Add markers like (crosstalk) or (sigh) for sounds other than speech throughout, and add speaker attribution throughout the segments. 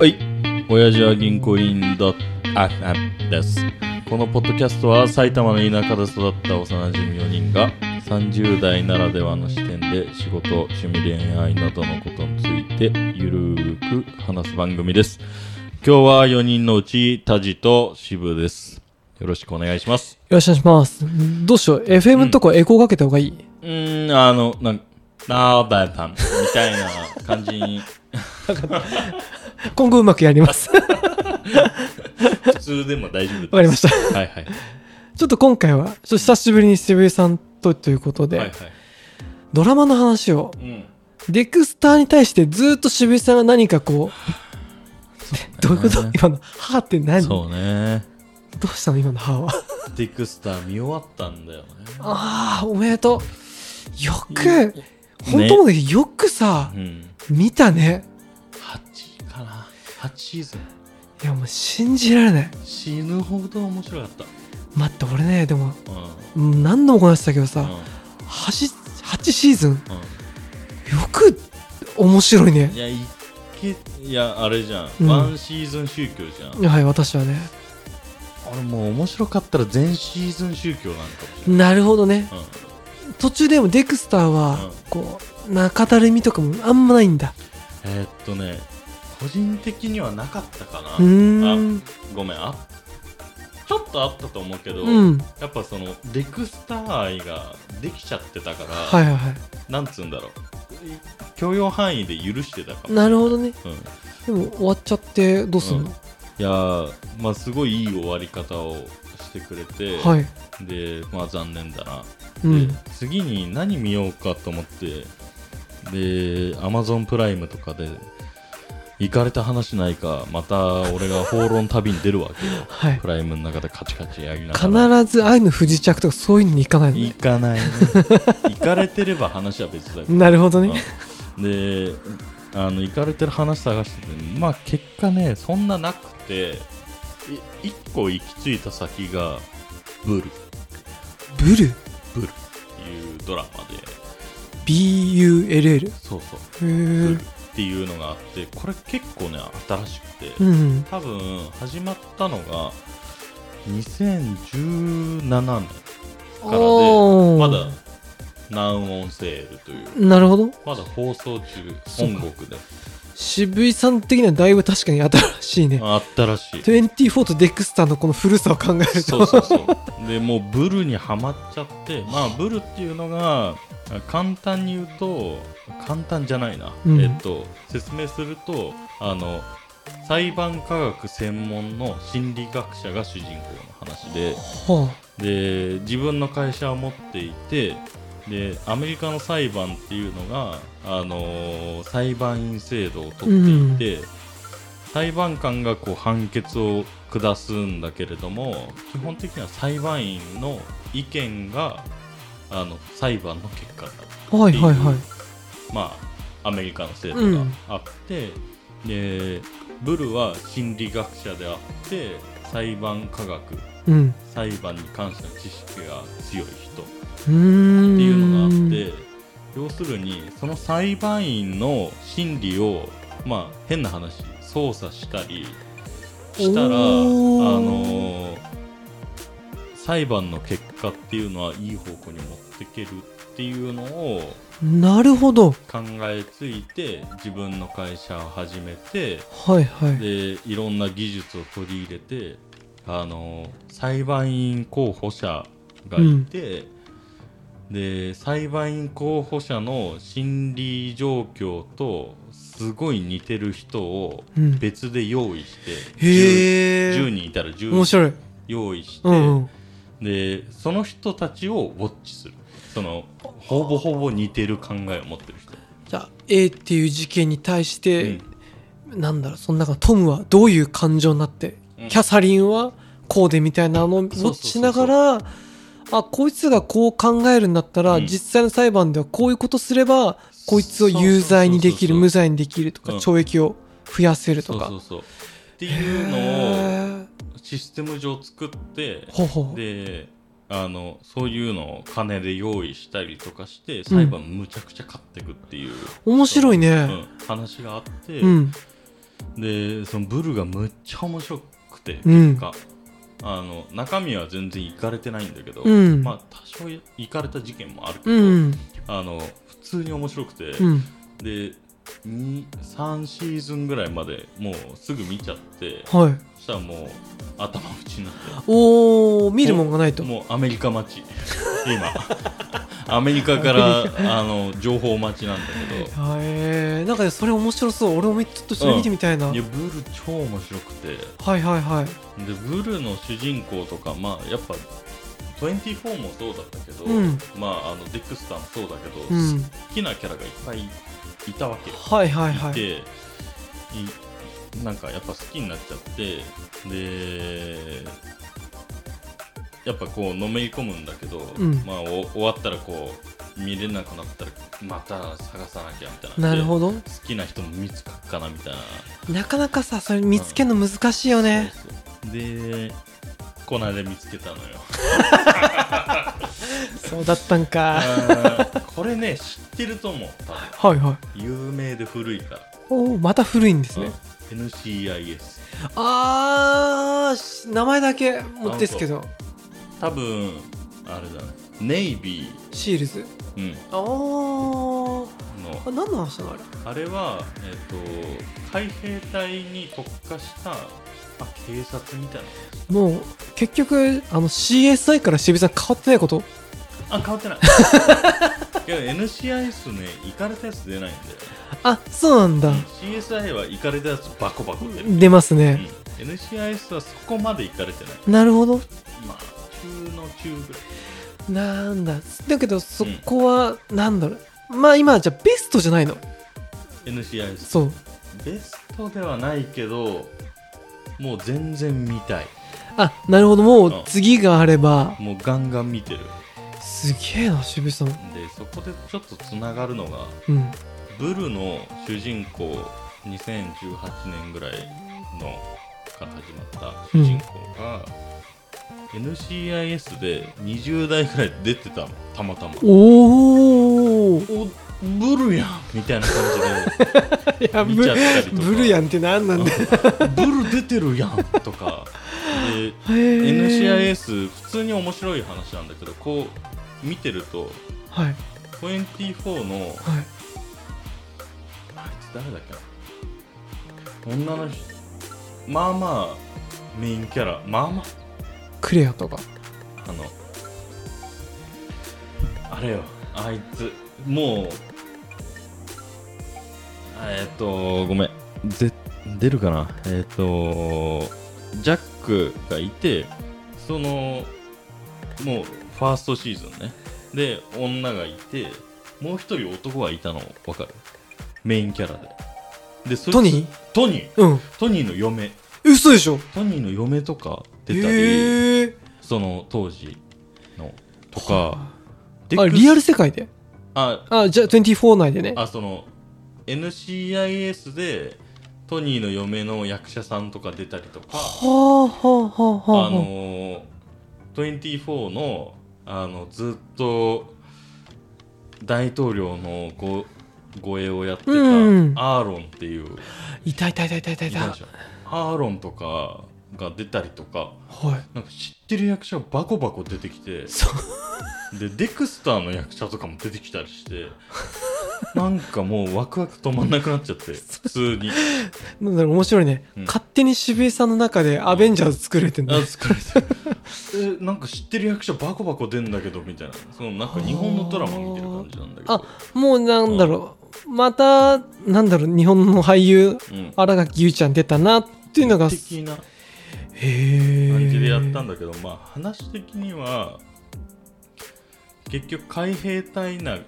Speaker 1: はい。親父は銀行員だ、あ、あ、です。このポッドキャストは埼玉の田舎で育った幼馴染4人が30代ならではの視点で仕事、趣味、恋愛などのことについてゆるーく話す番組です。今日は4人のうちタジと渋です。よろしくお願いします。
Speaker 2: よろしくお願いします。どうしよう。FM のとこエコーかけた方がいい、
Speaker 1: うーん、あの、なんなーだよ、パンみたいな感じに、
Speaker 2: 今後うまくや
Speaker 1: (laughs)
Speaker 2: ります。わ
Speaker 1: 普通でも大丈夫です。
Speaker 2: かりました。
Speaker 1: はいはい。
Speaker 2: ちょっと今回は、ちょっと久しぶりに渋井さんとということで、
Speaker 1: はいはい。
Speaker 2: ドラマの話を、
Speaker 1: うん。
Speaker 2: デクスターに対してずっと渋井さんが何かこ
Speaker 1: (laughs)
Speaker 2: う、どういうこと今の、歯って何ど
Speaker 1: そうね。
Speaker 2: うしたの今
Speaker 1: (laughs)
Speaker 2: の歯は。
Speaker 1: ディクスター見終わったんだよね。
Speaker 2: ああ、おめでとう。よ
Speaker 1: ね
Speaker 2: く、本当もね、よくさ
Speaker 1: う、ん。
Speaker 2: 見たね。
Speaker 1: 8かな。8シーズン。
Speaker 2: いや、もう信じられない。
Speaker 1: 死ぬほど面白かっ
Speaker 2: 待って、俺ね、でも、
Speaker 1: た。うん。
Speaker 2: うん何度もこなしてたけどさ、
Speaker 1: うん
Speaker 2: 8, 8シーズンよ
Speaker 1: う
Speaker 2: く面白いね
Speaker 1: ん。いや、いけ、いや、あれじゃん。
Speaker 2: うん
Speaker 1: ワンシーズン宗教じゃん。
Speaker 2: はい私はね
Speaker 1: 俺もう面白かったら全シーズン宗教なんかもしれない。
Speaker 2: なるほどね
Speaker 1: うん。
Speaker 2: 途中でもデクスターは
Speaker 1: うん
Speaker 2: こう中だるみとかもあんまないんだ
Speaker 1: えーっとね、個人的にはなかったかな。
Speaker 2: うーん
Speaker 1: ごめん、あちょっとあったと思うけど、
Speaker 2: うん
Speaker 1: やっぱその、デクスター愛ができちゃってたから、
Speaker 2: はいはいは
Speaker 1: なんつうんだろう許容範囲で許してたか
Speaker 2: い
Speaker 1: も
Speaker 2: なるほどね
Speaker 1: うん、い
Speaker 2: でも終わっちゃってどうすんの、
Speaker 1: やーまあすごいいい終わり方をしてくれて、
Speaker 2: はい
Speaker 1: でまあ残念だな、
Speaker 2: うん
Speaker 1: で次に何見ようかと思ってで Amazon プライムとかで行かれた話ないかまた俺が放浪旅に出るわけ
Speaker 2: (laughs)
Speaker 1: よ
Speaker 2: はい
Speaker 1: プライムの中でカチカチやりながら
Speaker 2: 必ず愛の不時着とかそういうのに行かないの
Speaker 1: 行
Speaker 2: ね
Speaker 1: か
Speaker 2: (laughs)
Speaker 1: ないね行かれてれば話は別だけど
Speaker 2: なるほどね
Speaker 1: うんであの行かれてる話探しててまあ結果ねそんななくてい一個行き着いた先がブルっ
Speaker 2: ブル
Speaker 1: ていうドラマで
Speaker 2: BULL へ
Speaker 1: そうそうブル
Speaker 2: え
Speaker 1: っていうのがあってこれ結構ね新しくて、
Speaker 2: うん
Speaker 1: 多分始まったのが2017年からで
Speaker 2: おー
Speaker 1: まだ南音セールという
Speaker 2: なるほど
Speaker 1: まだ放送中
Speaker 2: そうか
Speaker 1: 本国で
Speaker 2: 渋井さん的にはだいぶ確かに新しいね
Speaker 1: あったらしい
Speaker 2: 24とデクスターのこの古さを考える
Speaker 1: そ
Speaker 2: と
Speaker 1: うそうそうでもうブルにはまっちゃってまあブルっていうのが簡単に言うと簡単じゃないな、
Speaker 2: うん
Speaker 1: えっと説明するとあの裁判科学専門の心理学者が主人公の話で
Speaker 2: は
Speaker 1: で自分の会社を持っていてでアメリカの裁判っていうのが、あのー裁判員制度をとっていて、裁判官がこう判決を下すんだけれども基本的には裁判員の意見があの裁判の結果だ
Speaker 2: あ、はいはいはい
Speaker 1: まあアメリカの制度
Speaker 2: う
Speaker 1: が
Speaker 2: ん
Speaker 1: あって、でブルは心理学者であって裁判科学
Speaker 2: うん
Speaker 1: 裁判に関しての知識が強い人っ
Speaker 2: うー
Speaker 1: て
Speaker 2: んって
Speaker 1: いうのがあって要するにその裁判員の心理をまあ変な話操作したりしたらあ
Speaker 2: おー
Speaker 1: のー裁判の結果っていうのはいい方向に持ってけるっていうのを
Speaker 2: なるほど
Speaker 1: 考えついて自分の会社を始めて
Speaker 2: はいはい
Speaker 1: でいろんな技術を取り入れてあの裁判員候補者がいて、で裁判員候補者の心理状況とすごい似てる人を
Speaker 2: うん
Speaker 1: 別で用意して、
Speaker 2: へ
Speaker 1: 10,
Speaker 2: え
Speaker 1: 人いたら10人
Speaker 2: 面白い
Speaker 1: 用意して、
Speaker 2: うんうん
Speaker 1: でその人たちをウォッチするそのほぼほぼ似てる考えを持ってる人。
Speaker 2: じゃあ A っていう事件に対し
Speaker 1: う
Speaker 2: て
Speaker 1: ん、
Speaker 2: なんだろうその中のトムはどういう感情になって
Speaker 1: うん
Speaker 2: キャサリンはこうでみたいなのを
Speaker 1: そうそうそう
Speaker 2: しながらあこいつがこう考えるんだったら、
Speaker 1: うん
Speaker 2: 実際の裁判ではこういうことすればこいつを有罪にできる
Speaker 1: そうそうそうそう
Speaker 2: 無罪にできるとか、
Speaker 1: うん
Speaker 2: 懲役を増やせるとか
Speaker 1: そうそうそうっていうのを
Speaker 2: へー
Speaker 1: システム上作って
Speaker 2: ほうほう
Speaker 1: であのそういうのを金で用意したりとかして裁判むちゃくちゃ勝っていくっていう、
Speaker 2: 面白いね、
Speaker 1: うん話があって、
Speaker 2: うん
Speaker 1: でそのブルがむっちゃ面白くて、
Speaker 2: うん
Speaker 1: かあの中身は全然いかれてないんだけど、
Speaker 2: うん
Speaker 1: まあ多少いかれた事件もあるけど、
Speaker 2: うん
Speaker 1: あの普通に面白くて、
Speaker 2: うん
Speaker 1: で3シーズンぐらいまでもうすぐ見ちゃって
Speaker 2: はい
Speaker 1: そしたらもう頭打ちになっ
Speaker 2: おー見るもんがない
Speaker 1: て
Speaker 2: と
Speaker 1: もうアメリカ待ち今 (laughs) アメリカからあの情報待ちなんだけ
Speaker 2: へえなんかそれ面白そう俺もちょっとそれ見てみたいな、
Speaker 1: どい
Speaker 2: は
Speaker 1: や
Speaker 2: い
Speaker 1: ブル超面白くて
Speaker 2: はいはい
Speaker 1: でブルの主人公とかまあやっぱ24もそうだったけど、
Speaker 2: うん
Speaker 1: まああのデックスターもそうだけど、
Speaker 2: うん
Speaker 1: 好きなキャラがいっぱいいたわけよ
Speaker 2: はいはい
Speaker 1: っ
Speaker 2: はい
Speaker 1: て、いなんかやっぱ好きになっちゃってでやっぱこうのめり込むんだけど、
Speaker 2: ん
Speaker 1: まあ、お終わったらこう見れなくなったらまた探さなきゃみたいな
Speaker 2: なるほ
Speaker 1: ど
Speaker 2: ど
Speaker 1: 好きな人も見つかっかなみたいな
Speaker 2: なかなかさそれ見つけるの難しいよね、
Speaker 1: そうそうでこの間見つけ
Speaker 2: (laughs)
Speaker 1: たのよ
Speaker 2: そうだったんか
Speaker 1: あーこれね知ってると思う多分
Speaker 2: はいはい
Speaker 1: 有名で古いから、
Speaker 2: おおまた古いんです
Speaker 1: うん
Speaker 2: ね、
Speaker 1: NCIS
Speaker 2: あーし名前だけ持ってですけど
Speaker 1: 多分あれだねネイビー
Speaker 2: シールズ
Speaker 1: うん、
Speaker 2: あー
Speaker 1: の
Speaker 2: あ何の話なのあれ
Speaker 1: あれは、えっと海兵隊に特化した、まあ、警察みたい
Speaker 2: もう結局あの CSI から渋井さん変わってないこと
Speaker 1: なあ変わってないいや NCIS ね行かれたやつ出ないんだ
Speaker 2: あそうなんだ
Speaker 1: よ、CSI は行かれたやつバコバコ出る、
Speaker 2: 出ます
Speaker 1: うん
Speaker 2: ね、
Speaker 1: NCIS はそこまで行かれてない
Speaker 2: なるほど
Speaker 1: まあ中の中ぐらい
Speaker 2: なんだだけどそこはなんだろうまあ今じゃベストじゃないの
Speaker 1: NCIS
Speaker 2: そう
Speaker 1: ベストではないけどもう全然見たい
Speaker 2: あなるほども
Speaker 1: うん
Speaker 2: う次があれば
Speaker 1: もうガンガン見てる
Speaker 2: すげえな渋井さん
Speaker 1: でそこでちょっとつながるのが
Speaker 2: うん
Speaker 1: ブルの主人公2018年ぐらいのから始まった主人公が、NCIS で20代ぐらい出てたのたまたまお
Speaker 2: おお
Speaker 1: ブルやんみたいな感
Speaker 2: いや
Speaker 1: 見
Speaker 2: ブ
Speaker 1: ちゃったりとか
Speaker 2: ブルやんって何なんだよ
Speaker 1: じで (laughs) ブル出てるやんとかで
Speaker 2: へー
Speaker 1: NCIS 普通に面白い話なんだけどこう見てると
Speaker 2: はいはい
Speaker 1: 24のあいつ誰だっけな女の人まあまあメインキャラまあま
Speaker 2: クレアとか
Speaker 1: ああのあれよあいつもうえーっとごめんぜ出るかなえーっとジャックがいてそのもうファーストシーズンねで女がいてもう一人男がいたの分かるメインキャラででそいつ
Speaker 2: トニー
Speaker 1: トニー
Speaker 2: うん
Speaker 1: トニーの嫁
Speaker 2: 嘘でしょ
Speaker 1: トニーの嫁とか出たり
Speaker 2: へえ
Speaker 1: その当時のとか
Speaker 2: あ
Speaker 1: デッ
Speaker 2: あ
Speaker 1: クス
Speaker 2: リアル世界で
Speaker 1: あ
Speaker 2: あじゃあ24内でね
Speaker 1: あその NCIS でトニーの嫁の役者さんとか出たりとか
Speaker 2: はあはあはあはあ
Speaker 1: あのー、24のあのずっと大統領のご護衛をやってたア
Speaker 2: うん
Speaker 1: ーロンっていう
Speaker 2: いたいたいたいたいたい
Speaker 1: いた
Speaker 2: た
Speaker 1: でしょアーロンとかが出たりとか
Speaker 2: は
Speaker 1: なんか知ってる役者がバコバコ出てきて
Speaker 2: いそう
Speaker 1: でデクスターの役者とかも出てきたりして
Speaker 2: (laughs)
Speaker 1: なんかもうワクワク止まんなくなっちゃって普通
Speaker 2: (laughs)
Speaker 1: に
Speaker 2: なんだろう面白いね、
Speaker 1: うん
Speaker 2: 勝手に渋井さんの中でアベンジャーズ作れてん
Speaker 1: あ
Speaker 2: だ、
Speaker 1: 疲れたえなんか知ってる役者バコバコ出んだけどみたいなそのなんか日本のドラマ見てる感じなんだけど
Speaker 2: あもうなんだろう、またなんだろう日本の俳優
Speaker 1: うん、
Speaker 2: 新垣結衣ちゃん出たなっていうのがへ
Speaker 1: 的な
Speaker 2: え
Speaker 1: 感じでやったんだけど、まあ話的には結局海兵隊内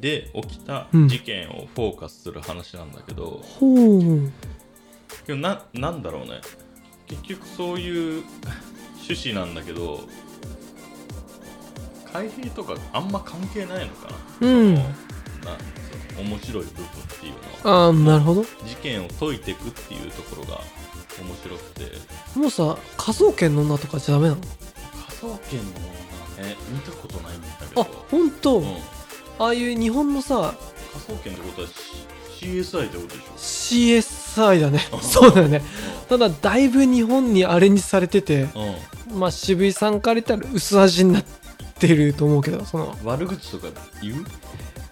Speaker 1: で起きた事件をフォーカスする話なんだけど、
Speaker 2: ほう
Speaker 1: でもななんだろうね結局そういう趣旨なんだけど海兵とかあんま関係ないのかな
Speaker 2: うん
Speaker 1: そのなその面白い部分っていうのは
Speaker 2: ああなるほど
Speaker 1: 事件を解いていくっていうところが面白くて
Speaker 2: もうさ科捜研の女とかじゃダメなの
Speaker 1: 科捜研の女ね見たことないんだけど
Speaker 2: あ本当、
Speaker 1: うん、科
Speaker 2: ああいう日本のさ
Speaker 1: 捜研ってことは、C、CSI ってことでしょ
Speaker 2: CS 歳だね (laughs) そうだよねただだいぶ日本にアレンジされてて
Speaker 1: う
Speaker 2: まあ渋井さんから言ったら薄味になってると思うけどその
Speaker 1: ん悪口とか言う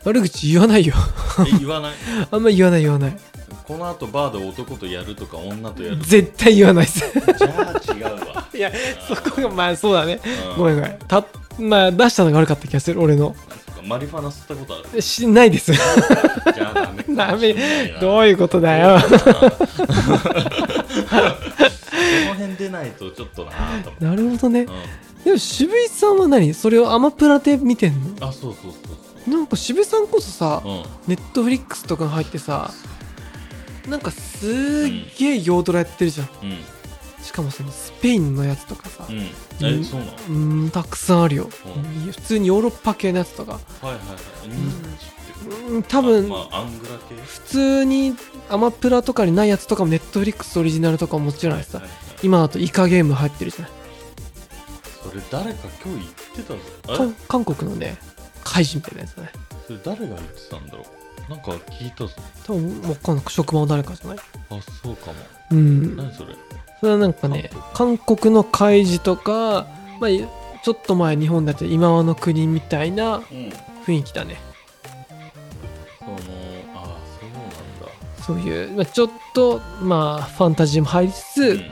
Speaker 2: 悪口言わないよ (laughs)
Speaker 1: え言わない (laughs)
Speaker 2: あんま言わない言わない
Speaker 1: この後バーで男とやるとか女とやる
Speaker 2: 絶対言わないです
Speaker 1: (laughs) じゃあ違うわ
Speaker 2: いや (laughs) そこがまあそうだね
Speaker 1: うん
Speaker 2: ごめんごめんたまあ出したのが悪かった気がする俺の
Speaker 1: そっかマリファナ吸ったことある
Speaker 2: しな
Speaker 1: (laughs)
Speaker 2: いです
Speaker 1: じゃあダメかも
Speaker 2: ダ
Speaker 1: し
Speaker 2: メ
Speaker 1: れないな
Speaker 2: どういうことだ
Speaker 1: (laughs)
Speaker 2: よ
Speaker 1: この辺出ないとちょっとなぁと思って
Speaker 2: なるほどね
Speaker 1: う
Speaker 2: でも渋井さんは何それをアマプラで見てん
Speaker 1: ん
Speaker 2: の
Speaker 1: あそうそうそう
Speaker 2: なんか渋井さんこそさ
Speaker 1: そううん
Speaker 2: ネットフリックスとか入ってさなんかすーげえ洋ドラやってるじゃん
Speaker 1: うん
Speaker 2: しかもそのスペインのやつとかさ
Speaker 1: うん
Speaker 2: う
Speaker 1: え
Speaker 2: ん
Speaker 1: そうなの
Speaker 2: うんたくさんあるよ
Speaker 1: う
Speaker 2: 普通にヨーロッパ系のやつとか
Speaker 1: はいはいはい認知ってこと
Speaker 2: うん多分
Speaker 1: あまあアングラ系
Speaker 2: 普通にアマプラとかにないやつとかもネットフリックスオリジナルとかももちろんあるしさ
Speaker 1: はいはい
Speaker 2: 今だとイカゲーム入ってるじゃない
Speaker 1: それ誰か今日言ってたぞあ
Speaker 2: か
Speaker 1: れ
Speaker 2: 韓国のね怪人みたいなやつだね
Speaker 1: それ誰が言ってたんだろうなんか聞いたぞ
Speaker 2: 多分もうこの職場の誰かじゃない
Speaker 1: あそうかも
Speaker 2: うん
Speaker 1: 何それ
Speaker 2: それはなんかね韓国の怪事とか、まあ、ちょっと前日本だって今和の国みたいな
Speaker 1: うんそ
Speaker 2: 雰囲気だね
Speaker 1: のあそうな
Speaker 2: そういう、まあ、ちょっとまあファンタジーも入りつ
Speaker 1: ん
Speaker 2: つ、
Speaker 1: だ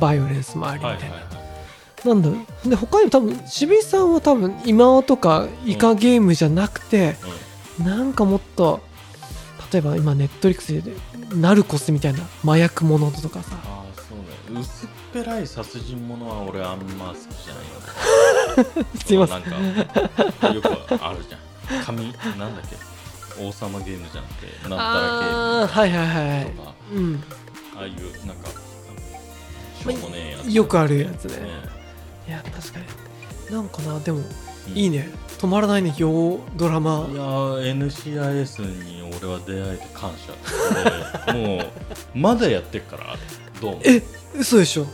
Speaker 2: バイオレンスもありみ
Speaker 1: は
Speaker 2: た
Speaker 1: い
Speaker 2: いな、
Speaker 1: はいは
Speaker 2: なんだろうで他にも多分渋井さんは多分今和とかイカゲームじゃなくて、
Speaker 1: いうん
Speaker 2: なんかもっと例えば今ネットリックスでナルコスみたいな麻薬物とかさ
Speaker 1: ああそうね薄っぺらい殺人ものは俺あんま好きじゃないよ
Speaker 2: すいません
Speaker 1: なんかよくあるじゃん紙なんだっけ王様ゲームじゃなくてな
Speaker 2: あ
Speaker 1: ん
Speaker 2: あ
Speaker 1: たら
Speaker 2: はいはいはいは
Speaker 1: ゲー
Speaker 2: い
Speaker 1: ムとか
Speaker 2: うん
Speaker 1: ああいうなんかしょうもねえやつ
Speaker 2: よくあるやつ
Speaker 1: ね
Speaker 2: ねいや確かになんかなでも
Speaker 1: うん
Speaker 2: いいね止まらないね洋ドラマ
Speaker 1: いやー NCIS に俺は出会えて感謝もうまだやってっからどうも
Speaker 2: え嘘でしょ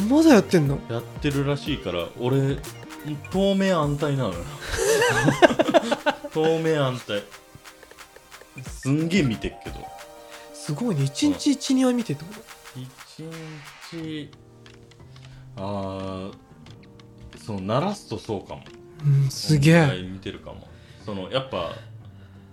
Speaker 1: う
Speaker 2: まだやってんの
Speaker 1: んやってるらしいから俺透明安泰な
Speaker 2: (laughs)
Speaker 1: のよ透明安泰すんげえ見てっけど
Speaker 2: すごいね一日一二話見てってこと
Speaker 1: 一日あーそう鳴らすとそうかも
Speaker 2: うんすげえ
Speaker 1: 一回見てるかもそのやっぱ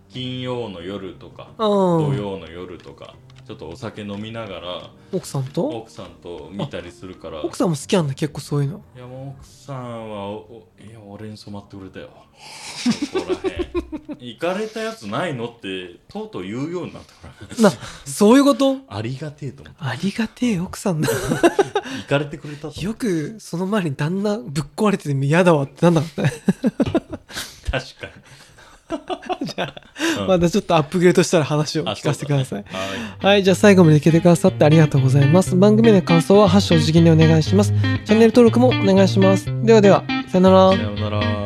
Speaker 1: 金曜の夜とか
Speaker 2: う
Speaker 1: 土
Speaker 2: ん
Speaker 1: 曜の夜とかちょっとお酒飲みながら
Speaker 2: 奥さんと
Speaker 1: 奥さんと見たりするから
Speaker 2: 奥さんも好きなんだ結構そういうの
Speaker 1: いやもう奥さんはおおいや俺に染まってくれたよそこら (laughs) へん行かれたやつないのってとうとう言うようになったから (laughs)
Speaker 2: なそういうこと
Speaker 1: ありがてえと思って
Speaker 2: ありがてえ奥さんだ
Speaker 1: 行かれてくれたと思
Speaker 2: よくその前に旦那ぶっ壊れてても嫌だわってなんなかったね
Speaker 1: う確か
Speaker 2: じゃ
Speaker 1: に、
Speaker 2: あ
Speaker 1: うん
Speaker 2: またちょっとアップグレードしたら話を
Speaker 1: あ
Speaker 2: 聞かせてください
Speaker 1: そうだねはい
Speaker 2: はい、じゃあ最後まで聞いてくださってありがとうございます。番組への感想は、ハッシュお辞儀でお願いします。チャンネル登録もお願いします。ではでは、さよなら
Speaker 1: さ。ようなら